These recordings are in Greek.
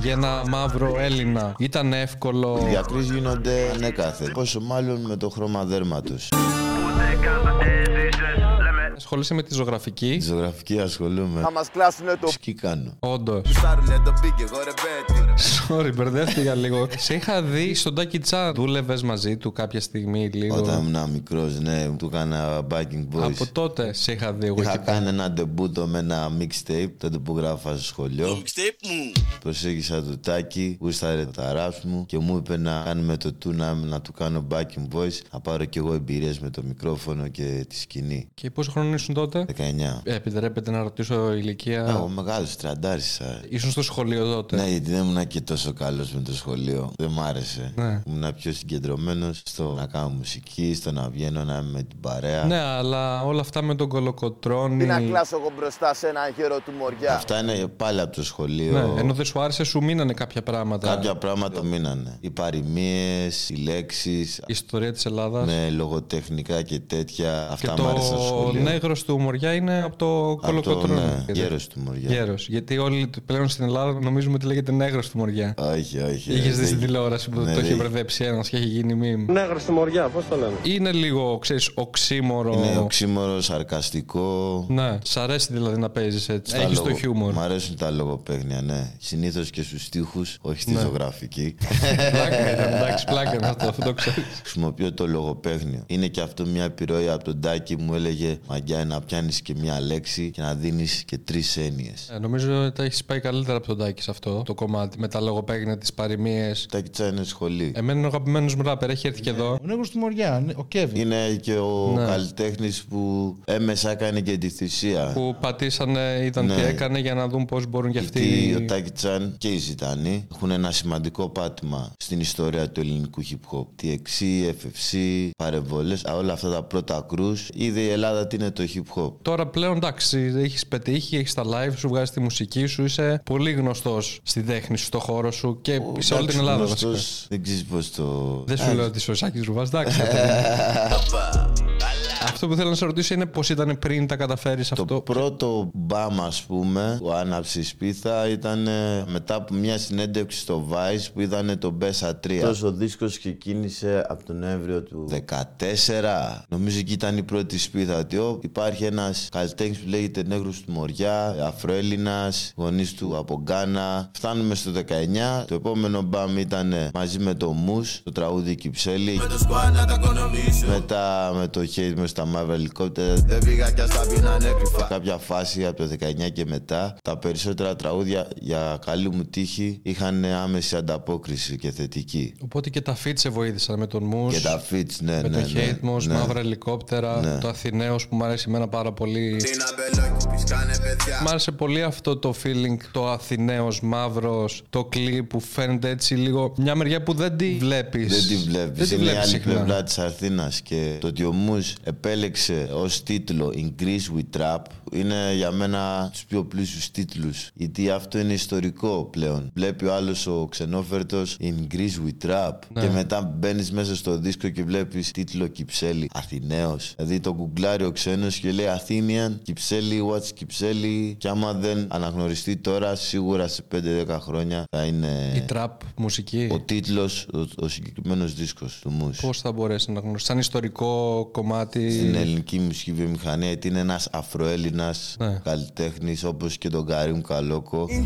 για ένα μαύρο Έλληνα ήταν εύκολο. Οι διακρίσει γίνονται ανέκαθε. Πόσο μάλλον με το χρώμα δέρματος. Ασχολείσαι με τη ζωγραφική. Ζωγραφική ασχολούμαι. Θα μας κλάσουνε το Τι κάνω. Όντως. ψάρουνε το πήγε γορεμπέτη Sorry, μπερδεύτηκα λίγο. Σε είχα δει στον Τάκι Τσάν. Δούλευες μαζί του κάποια στιγμή λίγο. Όταν ήμουν μικρός, ναι, του έκανα backing boys. Από τότε σε είχα δει εγώ Είχα εκεί. κάνει ένα ντεμπούτο με ένα mixtape τότε που γράφα στο σχολείο. Mixtape μου Προσέγγισα το τάκι, γούσταρε τα ράπ μου και μου είπε να κάνουμε το του να, να του κάνω backing voice. Να πάρω κι εγώ εμπειρίες με το μικρόφωνο και τη σκηνή. Και πόσο χρόνο ήσουν τότε. 19. Ε, Επιτρέπετε να ρωτήσω ηλικία. Εγώ μεγάλο τριαντάρισα. Ήσουν στο σχολείο Ναι, τότε. γιατί δεν ήμουν και τόσο καλός με το σχολείο. Δεν μ' άρεσε. Ναι. Ήμουν πιο συγκεντρωμένος στο να κάνω μουσική, στο να βγαίνω να είμαι με την παρέα. Ναι, αλλά όλα αυτά με τον Τι να κολοκοτρώνη. κλάσω εγώ μπροστά σε ένα γέρο του μωριά Αυτά είναι πάλι από το σχολείο. Ναι, ενώ δεν σου άρεσε, σου μείνανε κάποια πράγματα. Κάποια πράγματα μείνανε. Οι παροιμίες, οι λέξεις, Η ιστορία της Ελλάδας. με λογοτεχνικά και τέτοια. Και Αυτά Ναι, μ' άρεσαν στο το σχολείο. νέγρο του Μωριά είναι από το Από το κολοκοτρώνη. ναι, Έτσι. γέρος του Μωριά. Γέρος. Γιατί όλοι πλέον στην Ελλάδα νομίζουμε ότι λέγεται νέγρος του Μωριά. Όχι, όχι. Είχε δεν- δει στην τηλεόραση που Ε, ναι, το είχε δεν- μπερδέψει ένας και έχει γίνει μήνυμα. Νέγρο στη Μοριά, πώς το λένε. Είναι λίγο, ξέρεις, οξύμορο. Είναι οξύμορο, σαρκαστικό. Ναι, σ' αρέσει δηλαδή να παίζεις έτσι. στα Έχεις το λογο- χιούμορ. Μ' αρέσουν τα λογοπαίγνια, ναι. Συνήθως και στους τοίχου, όχι Ναι. στη ζωγραφική. Πλάκα ήταν, εντάξει, πλάκα είναι αυτό, αυτό το ξέρεις. Χρησιμοποιώ το λογοπαίγνιο. Είναι και αυτό μια επιρροή από τον Τάκη μου έλεγε Μαγκιά να πιάνεις και μια λέξη και να δίνεις και τρεις έννοιες. Ε, νομίζω ότι τα έχεις πάει καλύτερα από τον Τάκη σε αυτό το κομμάτι. Με τα λογοπαίγνια, τις παροιμίες. Τάκη Τσά είναι σχολή. Εμένα είναι ο αγαπημένος μου ράπερ, έχει έρθει και Ναι. εδώ. Ο νέγρος του Μωριά, ναι, ο Κέβιν. Είναι και ο Ναι. καλλιτέχνης καλλιτέχνη που έμεσα έκανε και τη θυσία. Που πατήσανε, είδαν Ναι. τι έκανε για να δουν πώς μπορούν και Γιατί ο αυτοί. Τάκη Τσάν και οι Ζητανοί έχουν ένα σημαντικό πάτημα στην ιστορία του ελληνικού hip hop. TXC, FFC, παρεμβολέ, όλα αυτά τα πρώτα κρούς. Είδε η Ελλάδα τι είναι το hip hop. Τώρα πλέον εντάξει, έχεις πετύχει, έχεις τα live σου, βγάζεις τη μουσική σου, είσαι πολύ γνωστός στη τέχνη σου, στο χώρο σου και σε όλη την Ελλάδα. Γνωστός, Ε. βασικά. δεν ξέρεις πώς το. Δεν σου λέω ότι είσαι ο Σάκης Ρουβάς, εντάξει. ρε παιδί μου. Αυτό που θέλω να σε ρωτήσω είναι πώς ήταν πριν τα καταφέρεις Το αυτό. πρώτο μπαμ, ας πούμε, που άναψε η σπίθα ήταν ε, μετά από μια συνέντευξη στο Vice που ήταν το Bessa 3. Τόσο ο δίσκος ξεκίνησε από τον Νοέμβριο του 14. Νομίζω εκεί ήταν η πρώτη σπίθα. Ότι «Ω, υπάρχει ένας καλλιτέχνης που λέγεται Νέγρος του Μωριά, Αφροέλληνας, γονείς του από Γκάνα. Φτάνουμε στο 19. Το επόμενο μπαμ ήταν ε, μαζί με το Μους, το τραγούδι Κυψέλη. Το σκουάν να τα οικονομήσω Μετά με το χέρι μου στα μαύρα ελικόπτερα Δεν πήγα κι ας τα πίνανε κρυφά κάποια φάση από το 19 και μετά τα περισσότερα τραγούδια για καλή μου τύχη είχαν άμεση ανταπόκριση και θετική. Οπότε και τα feat σε βοήθησαν με τον Μους, Και τα fits, ναι, με ναι, το ναι, Hate Moss, ναι. Μαύρα Ελικόπτερα, το Αθηναίος που μου αρέσει εμένα πάρα πολύ. Τι να μπελόκι πισκάνε παιδιά Μ' άρεσε πολύ αυτό το feeling, το Αθηναίος μαύρος, το κλιπ που φαίνεται έτσι λίγο μια μεριά που δεν τη βλέπεις. Δεν τη Δεν τη βλέπει. Είναι η βλέπεις άλλη συχνά. πλευρά της Αθήνας. Και το ότι ο Μους επέλεξε ως τίτλο In Greece We Trap είναι για μένα τους πιο πλούσιους τίτλους. Γιατί αυτό είναι ιστορικό πλέον. Βλέπει ο άλλος ο ξενόφερτος In Greece We Trap. Ναι. Και μετά μπαίνεις μέσα στο δίσκο και βλέπεις τίτλο Κυψέλη Αθηναίος. Δηλαδή το γκουγκλάρει ο ξένος και λέει Athenian, Κυψέλη, What's Κυψέλη. Και άμα δεν αναγνωριστεί τώρα, σίγουρα σε 5-10 χρόνια θα είναι Η trap μουσική. ο τίτλος, ο, ο συγκεκριμένος δίσκος του Μους Ε. Πώς θα μπορέσει να γνωρίσει, σαν ιστορικό κομμάτι. Στην ελληνική μουσική βιομηχανία, γιατί είναι ένας Αφροέλληνας Ναι. καλλιτέχνης όπως και τον Καρύμ Καλόκο. Ε.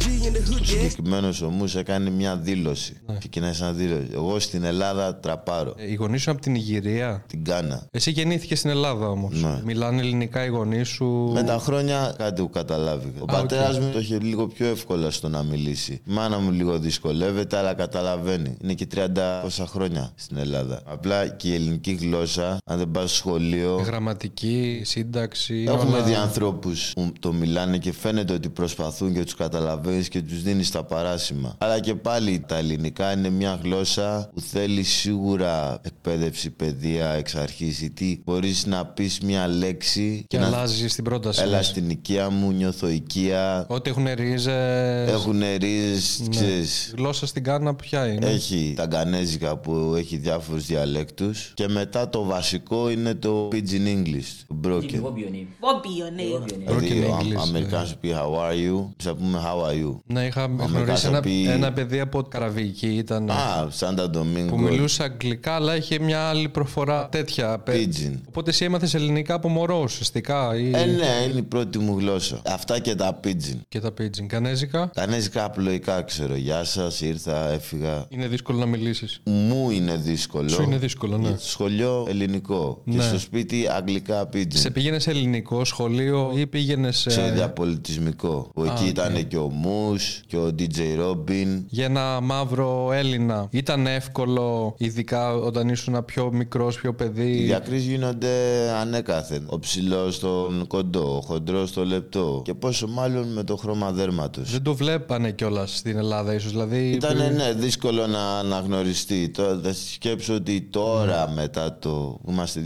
Συγκεκριμένο ο Μους έκανε μια δήλωση. Ξεκινάει σαν δήλωση. Εγώ στην Ελλάδα τραπάρω. Ναι. Ε, Οι γονείς σου από την Ιγυρία. Την κάνα. Εσύ γεννήθηκες στην Ελλάδα όμως. Ναι. Μιλάνε ελληνικά οι γονείς σου. Με τα χρόνια κάτι που καταλάβει. Ο πατέρα μου το είχε λίγο πιο εύκολα στο να μιλήσει. Η μάνα μου λίγο δυσκολεύεται, αλλά καταλαβαίνει. Είναι και 30 πόσα χρόνια στην Ελλάδα. Απλά και η ελληνική γλώσσα, αν δεν πας στο σχολείο. Γραμματική, σύνταξη. είναι Ναι. Έχουμε όλα- δει ανθρώπου που το μιλάνε και φαίνεται ότι προσπαθούν και τους καταλαβαίνεις και τους δίνεις τα παράσημα. Αλλά και πάλι τα ελληνικά είναι μια γλώσσα που θέλει σίγουρα εκπαίδευση, παιδεία, εξ αρχής. Γιατί μπορείς να πεις μια λέξη Και να αλλάζεις την πρόταση. Έλα στην οικία μου, νιώθω οικία. Ό,τι έχουν ρίζε, Έχουν ρίζες, Ναι. ξέρεις. Γλώσσα στην Κάνα ποια είναι. Έχει τα γκανέζικα που έχει διάφορους διαλέκτους. Και μετά το βασικό είναι το Pidgin English, το Dico broken. proprio name. Βόμπιο, ναι. Proprio name. Δηλαδή, Broken ο English, Α- Αμερικάνος πει How are you, θα πούμε How are you. Ναι, είχα γνωρίσει Μεκάσο ένα, πει- ένα παιδί από Καραβική ήταν. Α, Σάντα Ναι. που Ντομίνγκο. μιλούσε αγγλικά, αλλά είχε μια άλλη προφορά τέτοια. πε- Pidgin. Οπότε εσύ έμαθες ελληνικά από μωρό ουσιαστικά ή... Ε, ναι, είναι η πρώτη μου γλώσσα. Αυτά και τα Pidgin. και τα πίτζιν. Κανέζικα Κανέζικα απλοϊκά ξέρω. Γεια σας, ήρθα, έφυγα. είναι δύσκολο να μιλήσεις. Μου είναι δύσκολο. Σου είναι δύσκολο, ναι. Γιατί Στο σχολείο ελληνικό. Και Ναι. στο σπίτι αγγλικά Pidgin. Σε πήγαινες σε ελληνικό σχολείο ή ε, πήγαινες σε σε... διαπολιτισμικό. Που εκεί ναι. ήταν και ο Μους και ο DJ Robin. για ένα μαύρο Έλληνα. Ήταν εύκολο, ειδικά όταν ήσουν πιο μικρός, πιο Οι παιδί. διακρίσεις γίνονται ανέκαθεν. Ο ψηλός στον κοντό, ο χοντρός στο λεπτό. Και πόσο μάλλον με το χρώμα δέρματο. Δεν το βλέπανε κιόλας στην Ελλάδα, ίσως Δηλαδή, Ήταν ναι, δύσκολο να αναγνωριστεί. Τώρα θα σκέψω ότι τώρα μετά το. Είμαστε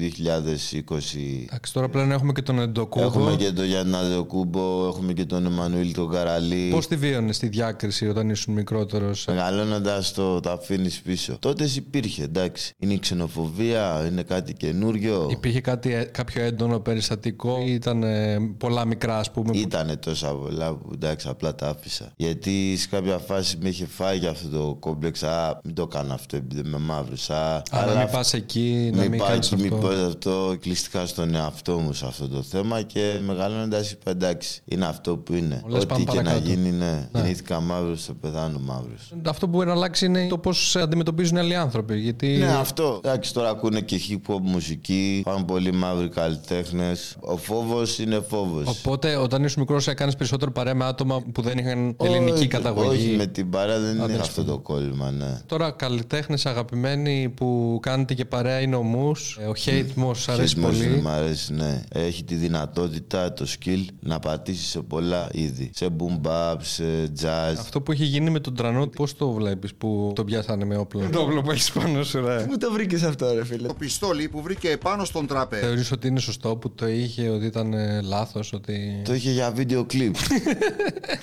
2020. Εντάξει, τώρα πλέον έχουμε και τον Εντοκούδο. Έχουμε και τον Γιάννη Αδεοκούμπο, έχουμε και τον Εμμανουήλ τον Καραλή. Πώς τη βίωνες τη διάκριση όταν ήσουν μικρότερος. Ε, Μεγαλώνοντας το, το αφήνει πίσω. Τότε υπήρχε, εντάξει. Είναι η ξενοφοβία, είναι κάτι καινούριο. Υπήρχε κάτι, ε, κάποιο έντονο περιστατικό ή ήταν ε, πολλά μικρά, ας πούμε. που- Ήτανε τόσα πολλά που εντάξει, απλά τα άφησα. Γιατί σε κάποια φάση με είχε φάει για αυτό το κόμπλεξ. Α, μην το κάνω αυτό επειδή με μαύρισα. Α, να μην πας εκεί, να Μην μην πάω κάνεις εκεί, μην αυτό. πω αυτό. Κλειστικά στον εαυτό μου σε αυτό το θέμα και μεγαλώνοντας είπα εντάξει, είναι αυτό που είναι. Λες, πάμε Ό,τι και να παρακάτω. γίνει, ναι. Γεννήθηκα μαύρος, θα πεθάνω μαύρος. Αυτό που μπορεί να αλλάξει είναι το πώς αντιμετωπίζουν άλλοι άνθρωποι. Γιατί Ναι, αυτό. Εντάξει, τώρα ακούνε και hip hop μουσική. Πάμε πολλοί μαύροι καλλιτέχνες. Ο φόβος είναι φόβος. Οπότε, όταν ήσουν μικρός, έκανες περισσότερο παρέα με άτομα που δεν είχαν ελληνική καταγωγή. Όχι, με την παρά δεν είναι τέλος αυτό το κόλλημα, ναι. Τώρα, καλλιτέχνες αγαπημένοι που κάνετε και παρέα είναι ο Μου. Ο Χέιτ Μο αρέσει Χαιρετισμός δεν πολύ. Μ' αρέσει, ναι. Έχει τη δυνατότητα, το skill να πατήσεις σε πολλά είδη. Σε boom bap, σε jazz. Αυτό που έχει γίνει με τον Τρανό, πώς το βλέπεις που τον πιάσανε με όπλο. Το όπλο που έχεις πάνω σου, ρε. Πού το βρήκες αυτό, ρε φίλε. Το πιστόλι που βρήκε επάνω στον τραπέζι. Θεωρείς ότι είναι σωστό που το είχε, ότι ήταν ε, λάθος, ότι... Το είχε για βίντεο κλιπ.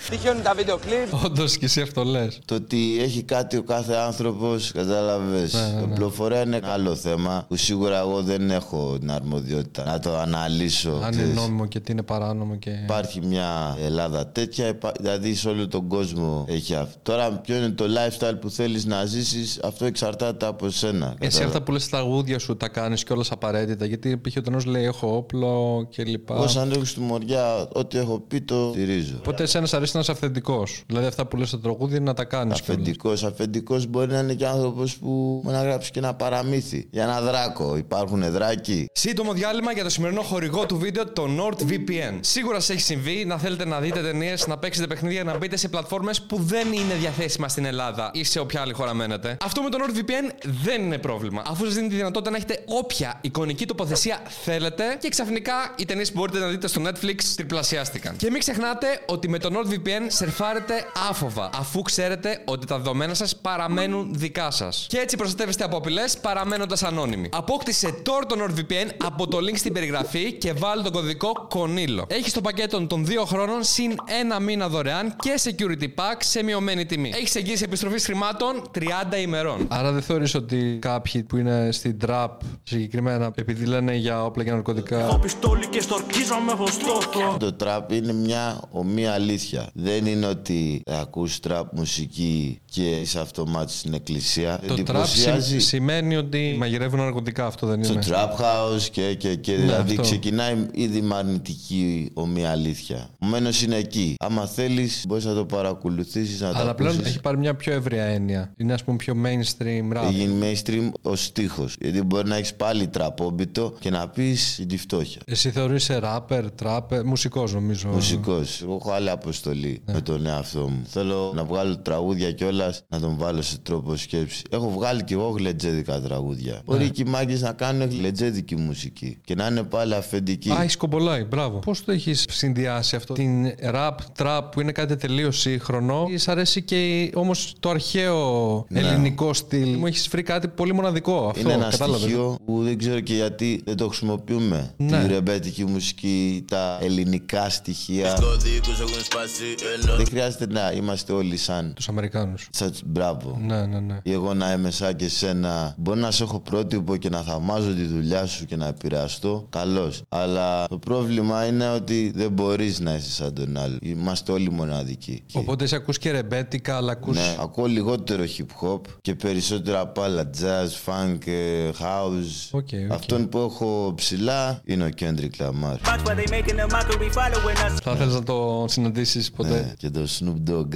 Τυχαίνουν τα βίντεο κλιπ. Όντως και εσύ αυτό λες. το ότι έχει κάτι ο κάθε άνθρωπος, κατάλαβες. Ναι, Η πληροφορία είναι ένα άλλο θέμα που σίγουρα εγώ δεν έχω την αρμοδιότητα να το αναλύσω. Αν είναι ξέρεις. νόμιμο και τι είναι παράνομο και... Υπάρχει μια Ελλάδα τέτοια, υπά- δηλαδή σε όλο τον κόσμο έχει αυτό. Τώρα, ποιο είναι το lifestyle που θέλεις να ζήσεις, αυτό εξαρτάται από σένα. Εσύ κατάλαβες. αυτά που λες στα αγούδια σου τα κάνεις και όλα απαραίτητα, γιατί π.χ. ο Τρανός λέει έχω όπλο και λοιπά. Όσοι ανήκουν στη Μοριά, ό,τι έχω πει το στηρίζω. Οπότε εσένα σ' αρέσει να είσαι αυθεντικός. Δηλαδή αυτά που λες στα τραγούδια να τα κάνεις κιόλας. Αφεντικό, αφεντικό μπορεί να είναι και άνθρωπος που μπορεί να γράψει και ένα παραμύθι. Για ένα δράκο. Υπάρχουν δράκοι. Σύντομο διάλειμμα για το σημερινό χορηγό του βίντεο, το NordVPN. Σίγουρα σα έχει συμβεί να θέλετε να δείτε ταινίες, να παίξετε παιχνίδια, να μπείτε σε πλατφόρμες που δεν είναι διαθέσιμα στην Ελλάδα ή σε όποια άλλη χώρα μένετε. Αυτό με το NordVPN δεν είναι πρόβλημα, αφού σας δίνει τη δυνατότητα να έχετε όποια εικονική τοποθεσία θέλετε και ξαφνικά οι ταινίες που μπορείτε να δείτε στο Netflix τριπλασιάστηκαν. Και μην ξεχνάτε ότι με το NordVPN σερφάρετε άφοβα, αφού ξέρετε ότι τα δεδομένα σας παραμένουν δικά σας. Και έτσι προστατεύεστε από απειλές παραμένοντας ανώνυμοι. Απόκτησε τώρα το NordVPN από το link στην περιγραφή και βάλει τον κωδικό Κονίλο. Έχεις το πακέτο των 2 χρόνων συν ένα μήνα δωρεάν και security pack σε μειωμένη τιμή. Έχεις εγγύηση επιστροφής χρημάτων 30 ημερών. Άρα δεν θεωρείς ότι κάποιοι που είναι στην τραπ συγκεκριμένα επειδή λένε για όπλα και ναρκωτικά. πιστόλι και στορκίζομαι χωστόχο. Το τραπ είναι μια ομοία αλήθεια. Δεν είναι ότι ακούς τραπ μουσική και είσαι αυτομάτι στην εκκλησία. Το τραπ Εντυπωσιάζει. ση- σημαίνει ότι μαγειρεύουν ναρκωτικά, αυτό δεν Στο είναι. trap house και, και, και δηλαδή Ναι, αυτό. ξεκινάει ήδη με αρνητική ομοία αλήθεια. Επομένως είναι εκεί. Άμα θέλεις, μπορείς να το παρακολουθήσεις, να Αλλά τα πλέον ακούσεις. έχει πάρει μια πιο ευρία έννοια. Είναι ας πούμε πιο mainstream rap. Έχει γίνει mainstream ο στίχος. Γιατί μπορεί να έχεις πάλι τραπόμπιτο και να πεις τη φτώχεια. Εσύ θεωρείσαι rapper, trapper, μουσικός νομίζω. Μουσικός. Εγώ έχω άλλη αποστολή Ναι. με τον εαυτό μου. Θέλω να βγάλω τραγούδια κιόλας να τον βάλω σε τρόπο σκέψη. Έχω βγάλει κι εγώ γλετζέδικα τραγούδια. Ναι. Μπορεί και οι μάγκε να κάνουν γλετζέδικη μουσική και να είναι πάλι αφεντική. Α, έχει κομπολάει, μπράβο. Πώς το έχεις συνδυάσει αυτό, την rap, trap που είναι κάτι τελείως σύγχρονο, ή σ' αρέσει και όμως το αρχαίο ελληνικό στυλ. Μου έχεις βρει κάτι πολύ μοναδικό αυτό. Ναι. Είναι ένα κατάλαβες. στοιχείο που δεν ξέρω και γιατί δεν το χρησιμοποιούμε. Ναι. Τη ρεμπέτικη μουσική, τα ελληνικά στοιχεία. Το δίκος έχουν σπάσει, έλα Δεν χρειάζεται να είμαστε όλοι σαν. Τους Αμερικάνους. σαν- Μπράβο. Ναι, ναι, ναι. Ή εγώ να είμαι σαν και σένα. Μπορεί να σε έχω πρότυπο και να θαυμάζω τη δουλειά σου και να επηρεαστώ. Καλώς. Αλλά το πρόβλημα είναι ότι δεν μπορείς να είσαι σαν τον άλλο. Είμαστε όλοι μοναδικοί. Και- Οπότε σε ακούς και ρεμπέτικα, αλλά ακούς. Ναι, ακούω λιγότερο hip hop και περισσότερα απ' άλλα jazz, funk, ε, house. Οκ, οκ. Αυτόν που έχω ψηλά είναι ο Kendrick Lamar. Watch what they making a mockery following us. Θα θέλεις να το συναντήσεις Ναι, ποτέ. και το Snoop Dogg.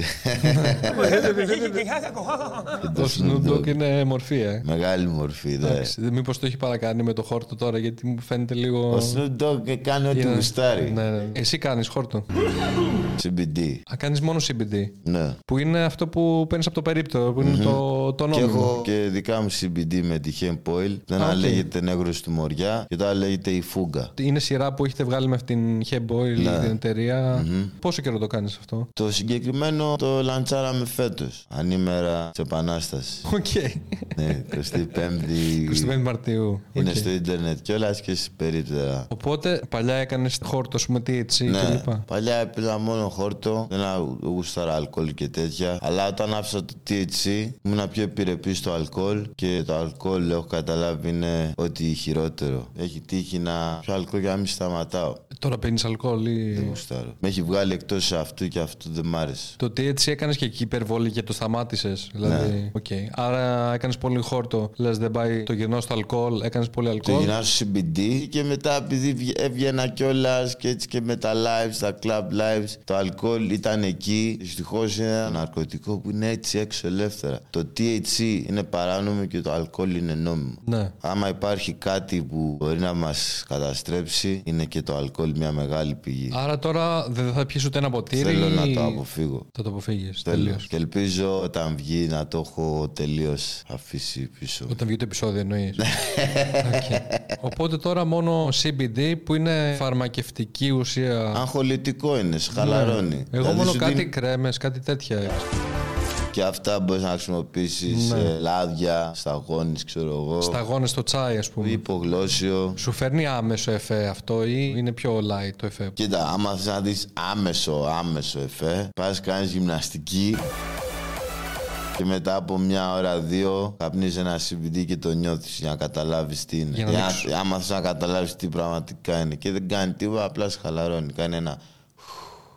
και Το Snoop Dogg είναι μορφή, ε. Μεγάλη μορφή, δε. Μήπω το έχει παρακάνει με το χόρτο τώρα, γιατί μου φαίνεται Ο λίγο. Snoop Dogg κάνει ό,τι Είναι- γουστάρει. Ναι, ναι. Εσύ κάνεις χόρτο. CBD. Α, κάνεις μόνο CBD. Ναι. Που είναι αυτό που παίρνεις από το περίπτωρο, που ειναι το, το Και νόμιμο. έχω και δικά μου CBD με τη hemp oil. Το ένα Α, οκ. λέγεται νεύρο του Μωριά και το άλλο λέγεται η φούγκα. Είναι σειρά που έχετε βγάλει με αυτήν την Hemboil, Ναι. την εταιρεια Πόσο καιρό το κάνεις αυτό. Το συγκεκριμένο το λαντσάραμε φέτος. Ανήμερα της Επανάστασης. Οκ. ναι, 25η. 25 Μαρτίου. Είναι Οκ. στο ίντερνετ κιόλας και στις περίπτερα. Οπότε παλιά έκανες χόρτο, ας πούμε, THC Ναι, κλπ. παλιά έπαιζα μόνο χόρτο, δεν α- γούσταρα αλκοόλ και τέτοια. Αλλά όταν άφησα το THC, ήμουν πιο επιρρεπής στο αλκοόλ και το αλκοόλ έχω καταλάβει είναι ότι χειρότερο. Έχει τύχει να πιω αλκοόλ για να μην σταματάω. Τώρα πίνεις αλκοόλ Δεν ή. γουστάρω. Με έχει βγάλει εκτός αυτού και αυτού δεν μ' άρεσε. Το THC έκανες και εκεί υπερβολή και το σταμάτησες. Ναι. Δηλαδή, οκ. Άρα έκανες πολύ χόρτο. Λες, δεν πάει το γυρνό στο αλκοόλ, έκανες πολύ Το αλκοόλ. γυρνάω στο CBD και μετά επειδή βγε- έβγαινα κιόλας και έτσι και με τα lives, τα club lives, το αλκοόλ ήταν εκεί. Δυστυχώς είναι ένα ναρκωτικό που είναι έτσι έξω ελεύθερα. Το THC είναι παράνομο και το αλκοόλ είναι νόμιμο. Ναι. Άμα υπάρχει κάτι που μπορεί να μας καταστρέψει, είναι και το αλκοόλ μια μεγάλη πηγή. Άρα τώρα δεν θα πιεις ούτε ένα ποτήρι. Θέλω να το αποφύγω. Θα το αποφύγεις. Θέλω. Τέλειω. Και ελπίζω όταν βγει να το έχω τελείως αφήσει πίσω. Όταν βγει το επεισόδιο εννοείς. Ναι. Οπότε τώρα μόνο CBD που είναι φαρμακευτική ουσία. Αγχολητικό είναι, σε χαλαρώνει. Ναι. Εγώ Δηλαδή μόνο σου κάτι δίνει κρέμες, κάτι τέτοια. Και αυτά μπορείς να χρησιμοποιήσεις Ναι. λάδια, σταγόνι, ξέρω εγώ. Σταγόνες στο τσάι, ας πούμε. Υπογλώσιο. Σου φέρνει άμεσο εφέ αυτό ή είναι πιο light το εφέ. Κοίτα, άμα θες να δεις άμεσο, άμεσο εφέ, πας κάνεις γυμναστική και μετά από μια ώρα, δύο, καπνίζεις ένα CBD και το νιώθεις για να καταλάβεις τι είναι. Για να Για να- δείξω. άμα θες να καταλάβεις τι πραγματικά είναι. Και δεν κάνει τίποτα, απλά σε χαλαρώνει. Κάνει ένα...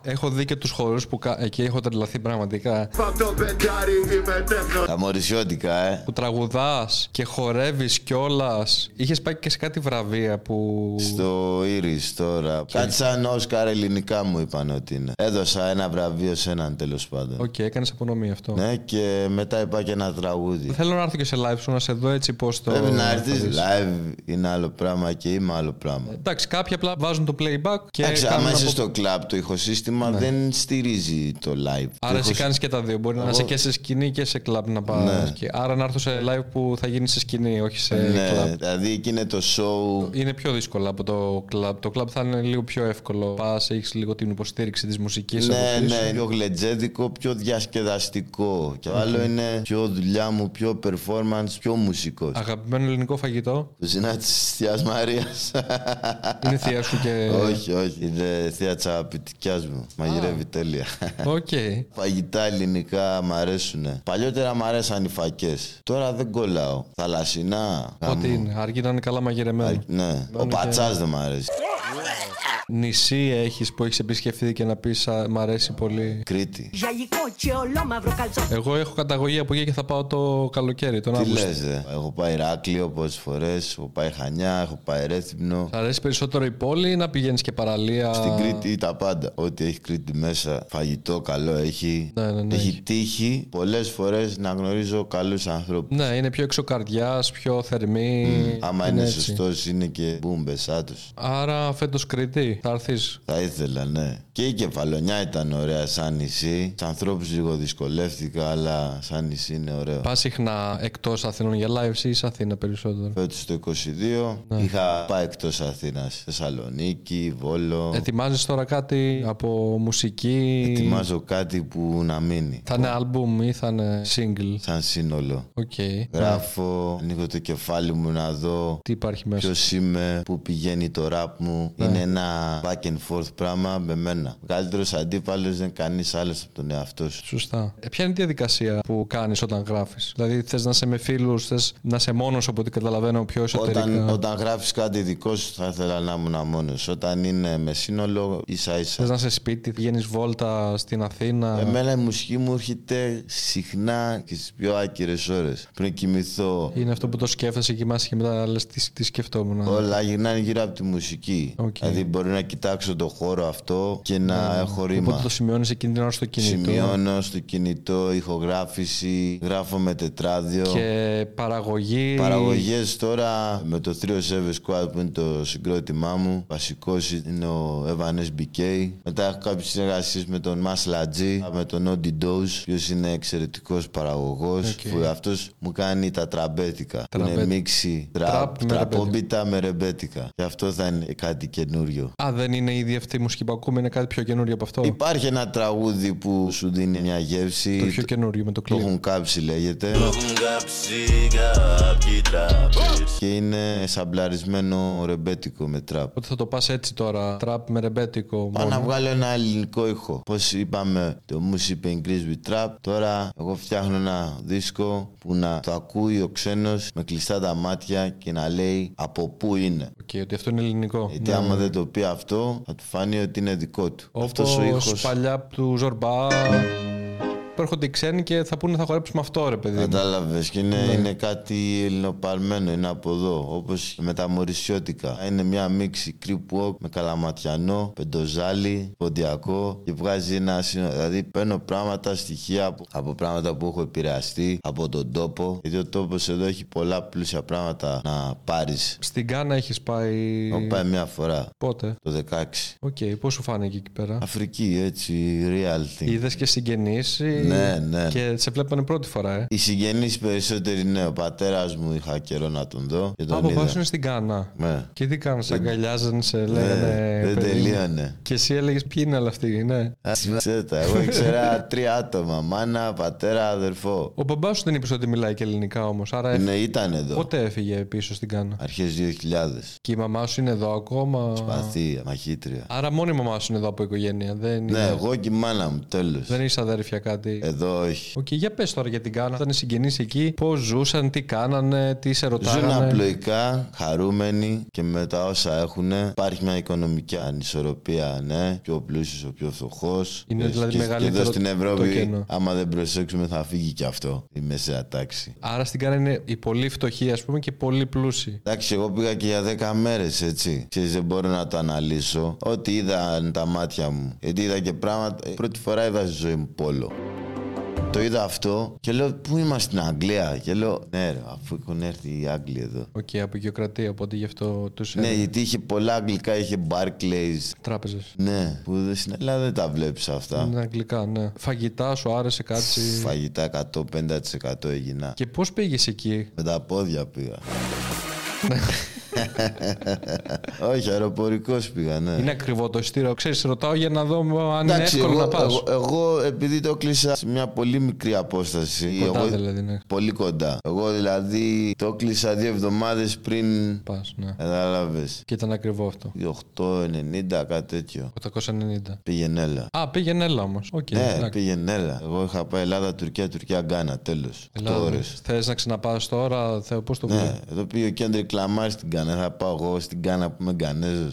Έχω δει και τους χορούς που κα- εκεί έχω τρελαθεί πραγματικά. Απ' το πεντάρι είμαι τέχνο Τα μορισιώτικα, ε. Που τραγουδάς και χορεύεις κιόλας. Είχες πάει και σε κάτι βραβεία που. Στο Ήρις τώρα. Κάτι σαν Όσκαρ ελληνικά μου είπαν ότι είναι. Έδωσα ένα βραβείο σε έναν τέλος πάντων. Οκ, έκανες απονομή αυτό. Ναι, και μετά είπα και ένα τραγούδι. Θέλω να έρθω και σε live σου να σε δω έτσι πώς το. Πρέπει να δηλαδή. έρθει θα δεις. live, είναι άλλο πράγμα και είμαι άλλο πράγμα. Εντάξει, κάποιοι απλά βάζουν το playback και. Εντάξει, κάνουν άμα είσαι από- Ναι. στο κλαμπ, το ηχοσύστημα δεν στηρίζει το live. Άρα Το εσύ ηχοσύ- κάνεις και τα δύο. Μπορεί να Εγώ- είσαι και σε σκηνή και σε κλαμπ να πας. Άρα να έρθω σε live που θα γίνει σε σκηνή, όχι σε Ναι, κλαμπ. δηλαδή εκεί είναι το show. Είναι πιο δύσκολο από το κλαμπ. Το κλαμπ θα είναι λίγο πιο εύκολο. Πας, έχεις λίγο την υποστήριξη της μουσικής. Ναι, ναι, πιο γλετζέδικο, πιο διασκεδαστικό. Και το άλλο είναι πιο δουλειά μου, πιο performance, πιο μουσικός. Αγαπημένο ελληνικό φαγητό. Κουζίνα της Θείας Μαρίας. Ε. Είναι θεία σου και. Όχι, όχι. Είναι θεία τσαπιτικιά μου. Μαγειρεύει τέλεια. Οκ. Φαγητά ελληνικά μ' αρέσουνε. Παλιότερα μ' αρέσαν οι φακές. Τώρα δεν κολλάω. Θαλασσινά. Ό,τι γαμώ. είναι. Αρκεί να είναι καλά μαγειρεμένο. Ναι. Ο πατσάς δεν μ' αρέσει. Νησί έχεις που έχεις επισκεφθεί και να πεις Μ' αρέσει πολύ. Κρήτη. Ζαλικό και ολόμαυρο καλτσό. Εγώ έχω καταγωγή από εκεί και θα πάω το καλοκαίρι, τον Τι Αύγουστο. λες, δε. Έχω πάει Ηράκλειο πόσες φορές. Έχω πάει Χανιά. Έχω πάει Ρέθυμνο. Σ' αρέσει περισσότερο η πόλη ή να πηγαίνεις και παραλία. Στην Κρήτη ή τα πάντα. Ό,τι έχει Κρήτη μέσα, φαγητό καλό έχει. Ναι, ναι, ναι, έχει έχει. τύχει πολλές φορές να γνωρίζω καλούς ανθρώπους. Ναι, είναι πιο εξωκαρδιάς, πιο θερμή. Άμα είναι, Ναι, έτσι. σωστός, είναι και μπούμπε άτο. Άρα φέτος Κρήτη θα έρθεις. Θα ήθελα, ναι. Και η Κεφαλονιά ήταν ωραία σαν νησί. Σαν ανθρώπους λίγο δυσκολεύτηκα, αλλά σαν νησί είναι ωραίο. Πας συχνά εκτός Αθηνών για live ή σε Αθήνα περισσότερο. Φέτος το 22 Ναι. είχα πάει εκτός Αθήνας. Θεσσαλονίκη, Βόλο. Ετοιμάζεις τώρα κάτι από μουσική. Ετοιμάζω κάτι που να μείνει. Θα είναι album ή θα είναι single. Σαν σύνολο. Οκ. Γράφω, ανοίγω το κεφάλι μου να δω Τι υπάρχει μέσα. ποιος είμαι, πού πηγαίνει το ραπ μου. μου Ναι. είναι ένα back and forth πράγμα με μένα. Ο καλύτερος αντίπαλος δεν κανείς άλλος από τον εαυτό σου. Σωστά. Ε, ποια είναι η διαδικασία που κάνεις όταν γράφεις. Δηλαδή, θες να είσαι με φίλους, θες να είσαι μόνος από ό,τι καταλαβαίνω πιο εσωτερικά. Όταν, όταν γράφεις κάτι δικό σου, θα ήθελα να ήμουν μόνος. Όταν είναι με σύνολο, ίσα ίσα. Θες να είσαι σπίτι, πηγαίνει βόλτα στην Αθήνα. Εμένα η μουσική μου έρχεται συχνά και στις πιο άκυρες ώρες. Πριν κοιμηθώ, Είναι αυτό που το σκέφτεσαι, κοιμάσαι και μετά λες τι, τι σκεφτόμουν. όλα γυρνάνε γύρω από τη μουσική. Οκ. Ναι. Δηλαδή, μπορεί να κοιτάξω το χώρο αυτό και να έχω Οπότε ρήμα. το σημειώνεις εκείνη την ώρα στο κινητό. Σημειώνω στο κινητό, ηχογράφηση, γράφω με τετράδιο. Και παραγωγή. Παραγωγές τώρα με το Trio Seven Squad που είναι το συγκρότημά μου. Βασικός είναι ο Evanes BK. Μετά έχω κάποιες συνεργασίες με τον Mas G, με τον Odi Dose, ποιο είναι εξαιρετικός παραγωγός. Οκ. Που αυτός μου κάνει τα τραμπέτικα. που Τραμπέτι- Είναι μίξη Τραπ τραπ, με τραπόμπιτα με ρεμπέτικα. Και αυτό θα είναι κάτι καινούριο. Α, δεν είναι ήδη αυτή η μουσική που ακούμε, είναι κάτι πιο καινούριο από αυτό. Υπάρχει ένα τραγούδι που σου δίνει μια γεύση. Το πιο καινούριο με το Το κλειπ. έχουν κάψει λέγεται Και είναι σαμπλαρισμένο ρεμπέτικο με τραπ Οπότε θα το πας έτσι τώρα, τραπ με ρεμπέτικο. Πάω μόνο. να βγάλω ένα ελληνικό ήχο. Πώς είπαμε, το Moose είπε Increase with Trap. Τώρα, εγώ φτιάχνω ένα δίσκο που να το ακούει ο ξένος με κλειστά τα μάτια και να λέει από πού είναι. Οκ, ότι αυτό είναι ελληνικό. Γιατί άμα δεν το πει αυτό, θα του φανεί ότι είναι δικό του. Αυτός Όπω Ναι. παλιά του Ζορμπά. Που έρχονται οι ξένοι και θα πούνε θα χορέψουμε αυτό, ρε παιδί. μου. Κατάλαβες και είναι, είναι κάτι ελληνοπαρμένο, είναι από εδώ. Όπως με τα Μωρισιώτικα. Είναι μια μίξη creep walk με καλαματιανό, πεντοζάλι, ποντιακό και βγάζει ένα σύνολο. Δηλαδή παίρνω πράγματα, στοιχεία από, από πράγματα που έχω επηρεαστεί από τον τόπο. Γιατί ο τόπος εδώ έχει πολλά πλούσια πράγματα να πάρεις. Στην Κάνα έχεις πάει. Έχω πάει μια φορά, Πότε. το 16. Οκ, πώς σου φάνηκε εκεί πέρα. Αφρική, έτσι, real thing. Είδες και συγγενείς ή- Ναι, ναι. Και σε βλέπανε πρώτη φορά, ε. Οι συγγενείς περισσότεροι ναι, ο πατέρας μου είχα καιρό να τον δω και Α, τον Από είδα. πάνω είναι στην Κάνα. Ναι. Και τι κάνουν, σε αγκαλιάζαν, σε λέγανε. Ναι, δεν Ε, παιδί μου. τελείωνε. Και εσύ έλεγες ποιοι είναι όλοι αυτοί, ναι. Α, Ξέρω τα, εγώ ήξερα τρία άτομα. Μάνα, πατέρα, αδερφό. Ο μπαμπάς σου δεν είπε ότι μιλάει και ελληνικά όμως. Άρα έφυγε. Ναι, ήταν εδώ. πότε έφυγε πίσω στην Κάνα. Αρχές 2000. Και η μαμά σου είναι εδώ ακόμα. Παθή, μαχήτρια. Άρα μόνο η μαμά σου είναι εδώ από οικογένεια. Δεν, Ναι, Ε. είναι- εγώ και η μάνα μου, τέλος. δεν είσαι αδέρφια κάτι. Εδώ όχι. Οκ, για πες τώρα για την Κάνα. Ήταν συγγενείς εκεί, πώς ζούσαν, τι κάνανε, τι σε Ζουν ρωτάγανε. απλοϊκά, χαρούμενοι και με τα όσα έχουν. Υπάρχει μια οικονομική ανισορροπία, ναι. Πιο πλούσιος, ο πιο φτωχός. Είναι δηλαδή και, και εδώ μεγαλύτερο στην το Ευρώπη, κενό. άμα δεν προσέξουμε, θα φύγει και αυτό. Η μεσαία τάξη. Άρα στην Κάνα είναι οι πολύ φτωχοί, ας πούμε, και πολύ πλούσιοι. Εντάξει, εγώ πήγα και για 10 μέρες, έτσι. Ξέρεις, δεν μπορώ να το αναλύσω. Ό,τι είδα είναι τα μάτια μου. Γιατί είδα και πράγματα. ε, Πρώτη φορά είδα στη ζωή μου πόλο. Το είδα αυτό και λέω: Πού είμαστε στην Αγγλία. Και λέω: Ναι, ρε, αφού έχουν έρθει οι Άγγλοι εδώ. Οκ, από οικειοκρατία, οπότε γι' αυτό του Ναι, ναι. γιατί είχε πολλά αγγλικά, είχε Barclays. τράπεζες. Ναι, που δεν- στην Ελλάδα δεν τα βλέπεις αυτά. Είναι αγγλικά, ναι. Φαγητά σου άρεσε κάτι. Φαγητά 150% έγινα. Και πώς πήγες εκεί, Με τα πόδια πήγα. Όχι, αεροπορικός πήγα, ναι. Είναι ακριβό το ειστήριο. Ξέρεις, ρωτάω για να δω αν είναι Εντάξει, εύκολο εγώ, να πας. εγώ, εγώ επειδή το κλείσα σε μια πολύ μικρή απόσταση. Κοντά εγώ, δηλαδή, ναι. Πολύ κοντά. Εγώ δηλαδή το κλείσα δύο εβδομάδες πριν. Πας, Ε. ναι. Κατάλαβες. Και ήταν ακριβό αυτό. 8,90 κάτι τέτοιο. 890. Πήγαινε έλα. Α, πήγαινε έλα όμως. Οκ, Ναι, εντάξει. πήγαινε έλα. Εγώ είχα πάει Ελλάδα, Τουρκία, Τουρκία, Γκάνα. Τέλος. 8 ώρες. Θες ναι. να ξαναπάς τώρα, Θεό, πώς το Ναι, ναι. εδώ πήγε ο Κέντρικ Λαμάρ στην Γκάνα. Θα πάω εγώ στην Γκάνα που είμαι Γκανέζος.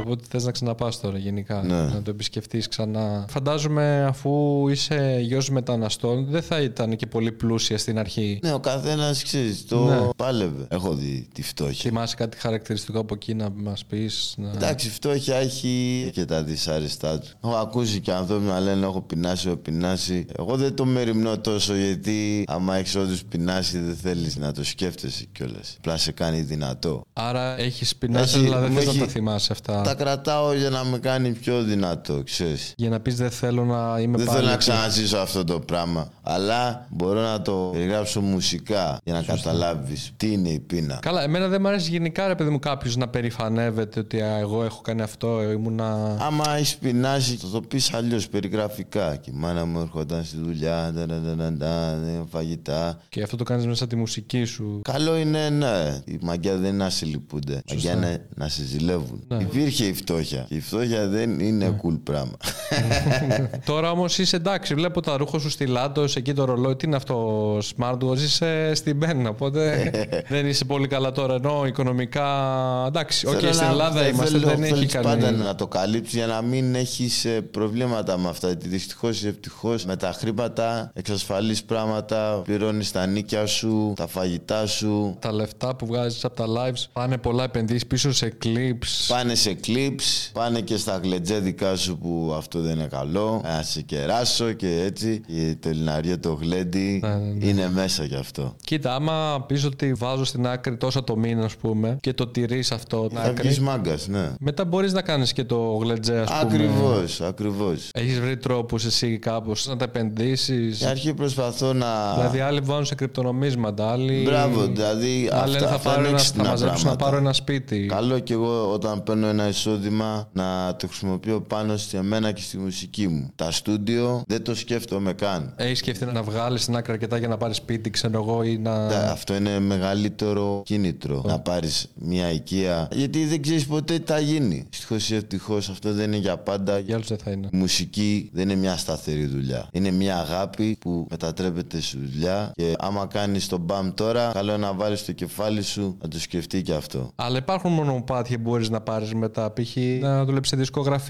Οπότε θες να ξαναπάς τώρα, γενικά. Ναι. Να το επισκεφτείς ξανά. Φαντάζομαι, αφού είσαι γιος μεταναστών, δεν θα ήταν και πολύ πλούσια στην αρχή. Ναι, ο καθένας ξέρεις, το Ναι. πάλευε. Έχω δει τη φτώχεια. Θυμάσαι κάτι χαρακτηριστικό από εκεί να μας πεις. Να... Εντάξει, η φτώχεια έχει και τα δυσάρεστά του. Έχω ακούσει και ανθρώπου να λένε: Έχω πεινάσει, έχω πεινάσει. Εγώ δεν το μεριμνώ τόσο γιατί άμα έχεις όντως πεινάσει, δεν θέλεις να το σκέφτεσαι κιόλας. Απλά σε κάνει δυνατό. Άρα έχεις πεινάσει, Έχει- αλλά δεν μου θε να έχει- τα θυμάσαι αυτά. τα κρατάω για να με κάνει πιο δυνατό, ξέρεις. Για να πεις δεν θέλω να είμαι Δεν πάλι. θέλω να εκεί. ξαναζήσω αυτό το πράγμα. Αλλά μπορώ να το περιγράψω μουσικά για να καταλάβεις τι είναι η πείνα. Καλά, εμένα δεν μου αρέσει γενικά ρε παιδί μου κάποιος να περηφανεύεται ότι α, εγώ έχω κάνει αυτό, ε, ήμουνα. Άμα έχεις πεινάσει, θα το πεις αλλιώς περιγραφικά. Και η μάνα μου έρχονταν στη δουλειά, ταρανταραντά, ε, φαγητά. Και αυτό το κάνεις μέσα τη μουσική σου. Καλό είναι, ναι. Η μαγιά δεν είναι να σε λυπούνται. Η μαγιά είναι να σε ζηλεύουν. Ναι. Υπήρχε η φτώχεια. Η φτώχεια δεν είναι cool πράγμα. Τώρα όμως είσαι εντάξει, βλέπω τα ρούχα σου στη Λάντο, εκεί το ρολόι. Τι είναι αυτό, smartwatch, είσαι στην Πένα. Οπότε δεν είσαι πολύ καλά τώρα. Ενώ οικονομικά. Εντάξει, οκ, Θέλω στην να- Ελλάδα θα είμαστε, θέλω- δεν έχει θέλεις πάντα κανένα. να το καλύψεις για να μην έχεις προβλήματα με αυτά. Γιατί δυστυχώς ή ευτυχώς με τα χρήματα εξασφαλείς πράγματα, πληρώνεις τα νίκια σου, τα φαγητά σου. Τα λεφτά που βγάζεις από τα lives πάνε πολλά επενδύσεις πίσω σε clips. Πάνε σε clips, πάνε και στα γλεντζέδικα σου που αυτό δεν είναι καλό. Να σε κεράσω και έτσι. Και το ελληναριό το γλέντι Ναι, είναι μέσα γι' αυτό. Κοίτα, άμα πεις ότι βάζω στην άκρη τόσα το μήνα, ας πούμε, και το τηρείς αυτό την Θα βγει άκρη. μάγκας, ναι. Μετά μπορείς να κάνεις και το γλετζέ, ας πούμε. Ακριβώς, ακριβώς. Έχεις βρει τρόπους εσύ κάπως να τα επενδύσεις. Στην αρχή προσπαθώ να. Δηλαδή, άλλοι βάζουν σε κρυπτονομίσματα, άλλοι. Μπράβο, δηλαδή άλλοι αυτά λένε θα, αυτά πάρω είναι ένα, θα έξυπνα μαζέψω να πράγματα. πάρω ένα σπίτι. Καλό κι εγώ όταν παίρνω ένα εισόδημα να το χρησιμοποιώ πάνω σε μένα και στη μουσική μου. Τα στούντιο δεν το σκέφτομαι καν. Έχεις σκεφτεί να βγάλεις στην άκρη αρκετά για να πάρεις σπίτι, ξέρω εγώ, ή να. Τα- Αυτό είναι μεγαλύτερο κίνητρο να πάρεις μια οικία. Γιατί δεν ξέρεις ποτέ τι θα γίνει. Δυστυχώς ή ευτυχώς αυτό δεν είναι για πάντα. Για άλλου δεν θα είναι. Η μουσική δεν είναι μια σταθερή δουλειά. Είναι μια αγάπη που μετατρέπεται σε δουλειά. Και άμα κάνεις τον μπαμ τώρα, καλό είναι να βάλεις το κεφάλι σου να το σκεφτεί και αυτό. Αλλά υπάρχουν μονοπάτια που μπορείς να πάρεις μετά. Π.χ. να δουλέψει σε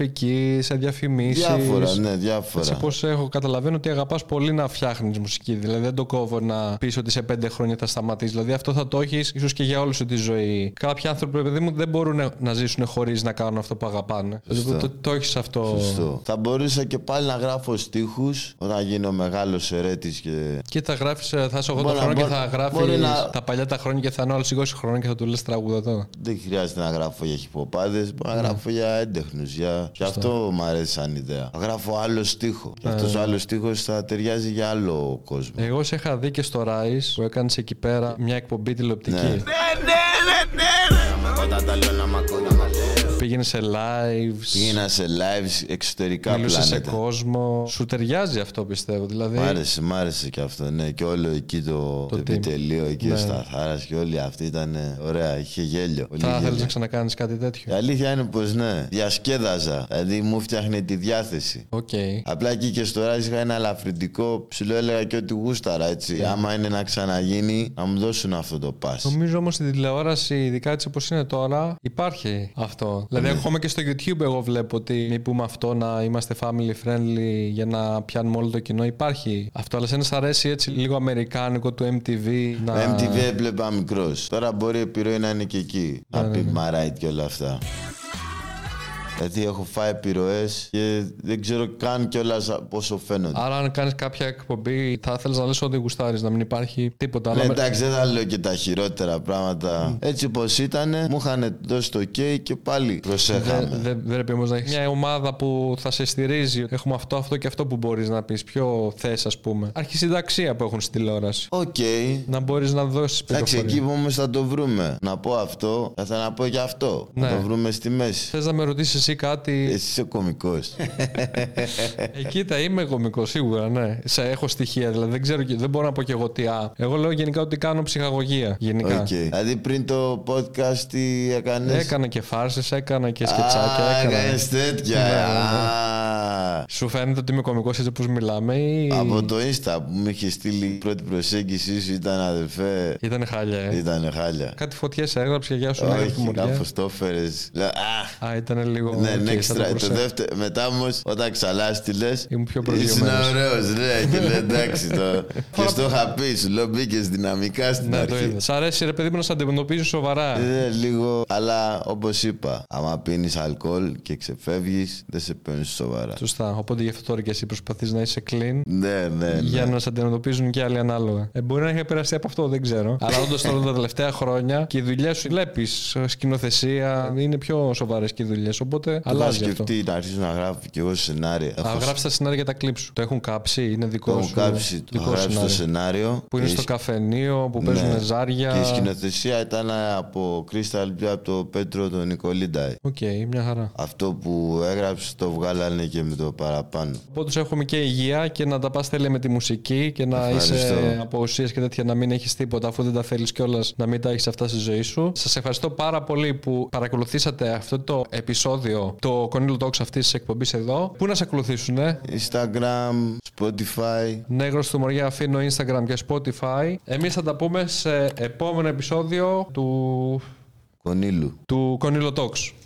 δισκογραφική, σε διαφημίσεις. Διάφορα, ναι, διάφορα. Έτσι πώς έχω καταλαβαίνω ότι αγαπάς πολύ να φτιάχνεις μουσική. Δηλαδή δεν το κόβω να πεις ότι σε πέντε χρόνια θα σταματήσεις. Δηλαδή αυτό θα το έχεις ίσως και για όλη σου τη ζωή. Κάποιοι άνθρωποι, παιδί μου, δεν μπορούν να ζήσουν χωρίς να κάνουν αυτό που αγαπάνε. Δηλαδή, το, το έχεις αυτό. Σωστό. Θα μπορούσα και πάλι να γράφω στίχους όταν γίνω μεγάλος ερέτης και Και θα γράφεις, θα είσαι 80 Μπορεί να- χρόνια και μπορεί- θα γράφεις μπορεί να- τα παλιά τα χρόνια και θα είναι όλο 20 χρόνια και θα του λες τραγουδατό. δεν χρειάζεται να γράφω για χυποπάδες, μπορώ Ναι. να γράφω για έντεχνους. Για... Και αυτό μου αρέσει σαν ιδέα. Θα γράφω άλλο στίχο. Ε. Και αυτός ο άλλος στίχος θα ταιριάζει για άλλο κόσμο. Εγώ σε είχα δει και στο Ράι που έκανες εκεί πέρα μια εκπομπή τηλεοπτική. Ναι. ναι. Πήγαινε σε lives. Πήγαινα σε lives εξωτερικά Μιλούσες Ε. σε πλάνετα. κόσμο. Σου ταιριάζει αυτό πιστεύω. Δηλαδή, Μ' άρεσε, μ' άρεσε και αυτό, ναι. Και όλο εκεί το, το team. επιτελείο, εκεί Ναι. ο Σταθάρας και όλοι αυτοί ήταν ωραία, είχε Ε. γέλιο. Πολύ θα θέλει γέλιο. να ξανακάνεις κάτι τέτοιο. Η αλήθεια είναι πως ναι, διασκέδαζα. Δηλαδή μου φτιάχνε τη διάθεση. Οκ. Απλά εκεί και στο ράζι είχα ένα ελαφρυντικό ψηλό έλεγα και ότι γούσταρα έτσι. Άμα είναι να ξαναγίνει, να μου δώσουν αυτό το pass. Νομίζω όμως στην τηλεόραση, ειδικά έτσι όπως είναι τώρα, υπάρχει αυτό. Δηλαδή, Ναι. ακόμα και στο YouTube, εγώ βλέπω ότι μη πούμε αυτό να είμαστε family friendly για να πιάνουμε όλο το κοινό. Υπάρχει αυτό. Αλλά σε σα αρέσει έτσι λίγο αμερικάνικο του MTV. Να... MTV έβλεπα μικρός. Τώρα μπορεί η επιρροή να είναι και εκεί. Να πει Μαράιτ και όλα αυτά. Δηλαδή έχω φάει επιρροές και δεν ξέρω καν κιόλας πόσο φαίνονται. Άρα, αν κάνεις κάποια εκπομπή, θα ήθελε να λες ό,τι γουστάρεις, να μην υπάρχει τίποτα Ναι, άλλο. εντάξει, δεν θα λέω και τα χειρότερα πράγματα. Έτσι όπως ήταν, μου είχαν δώσει το κέικ και πάλι προσέχαμε. Δεν δεν πρέπει όμως να έχεις Ναι. μια ομάδα που θα σε στηρίζει. Έχουμε αυτό, αυτό και αυτό που μπορείς να πεις. Ποιο θες, ας πούμε. Αρχισυνταξία που έχουν στη τηλεόραση. Οκ. Να μπορείς να δώσεις Εντάξει, εκεί πληροφορία. που όμως θα το βρούμε. Να πω αυτό, θα ήθελα να πω και αυτό. Ναι. Θα το βρούμε στη μέση. Θες να με ρωτήσεις εσύ κάτι. Εσύ είσαι κωμικός. Ε, κοίτα, είμαι κωμικός σίγουρα, ναι. Σε έχω στοιχεία, δηλαδή δεν, ξέρω, και- δεν μπορώ να πω και εγώ τι. Α, εγώ λέω γενικά ότι κάνω ψυχαγωγία. Γενικά. Δηλαδή πριν το podcast τι έκανες. Έκανα και φάρσει, έκανα και σκετσάκια. έκανα. Έκανες τέτοια. Ναι, ναι, ναι. Α, Ε. Σου φαίνεται ότι είμαι κωμικός έτσι όπως μιλάμε, ή. Από το Insta που μου είχε στείλει η πρώτη προσέγγιση σου ήταν αδερφέ. Ήταν χάλια, ε. Ήταν χάλια. Κάτι φωτιές έγραψε για σου να Όχι, κάπω το έφερε. Αχ, Α, ήταν λίγο. Ναι, οκ, next θα το try. Το προσέχω. δεύτερο, μετά όμως, όταν ξαλάς τι λες. Ήμουν πιο Ήσουν προηγμένος. ωραίο, ναι, και λέω εντάξει. Το... και στο είχα πει, σου λέω μπήκες δυναμικά στην Ναι, το αρχή. είδα. Σ' αρέσει ρε παιδί μου να σε αντιμετωπίζει σοβαρά. Ε, λίγο, αλλά όπως είπα, άμα πίνεις αλκοόλ και ξεφεύγεις, δεν σε παίρνεις σοβαρά. Σωστά. αυτά. Οπότε γι' αυτό τώρα και εσύ προσπαθείς να είσαι clean. Ναι, ναι, ναι. Για να σε αντιμετωπίζουν και άλλοι ανάλογα. Ε, μπορεί να έχει περαστεί από αυτό, δεν ξέρω. Αλλά όντως τώρα τα τελευταία χρόνια και οι δουλειές σου βλέπεις σκηνοθεσία. Είναι πιο σοβαρές και οι δουλειές. Οπότε Το είχα αλλάζει αυτό. σκεφτεί να αρχίσω να γράφω και εγώ σενάρια. Α, Έχω γράψεις τα σενάρια για τα κλειπ σου. Το έχουν κάψει, είναι το δικό έχω σου. κάψει, το έχω δικό γράψει το σενάριο. σενάριο. Που είναι Και στο η- καφενείο, που ναι. παίζουν ζάρια. Και η σκηνοθεσία ήταν από Crystal Blue από το Πέτρο τον Νικολίντα. Οκ, μια χαρά. Αυτό που έγραψε το βγάλανε και με το παραπάνω. Οπότε σου εύχομαι και υγεία και να τα πας τέλεια με τη μουσική και να Ευχαριστώ. είσαι από ουσίες και τέτοια να μην έχεις τίποτα αφού δεν τα θέλεις κιόλας να μην τα έχεις αυτά στη ζωή σου. Σας ευχαριστώ πάρα πολύ που παρακολουθήσατε αυτό το επεισόδιο, το Κονίλο Talks αυτής της εκπομπής εδώ. Πού να σε ακολουθήσουν, ε? Instagram, Spotify. Νέγρος του Μωριά αφήνω Instagram και Spotify. Εμείς θα τα πούμε σε επόμενο επεισόδιο του, Κονίλου. του Κονίλο Talks.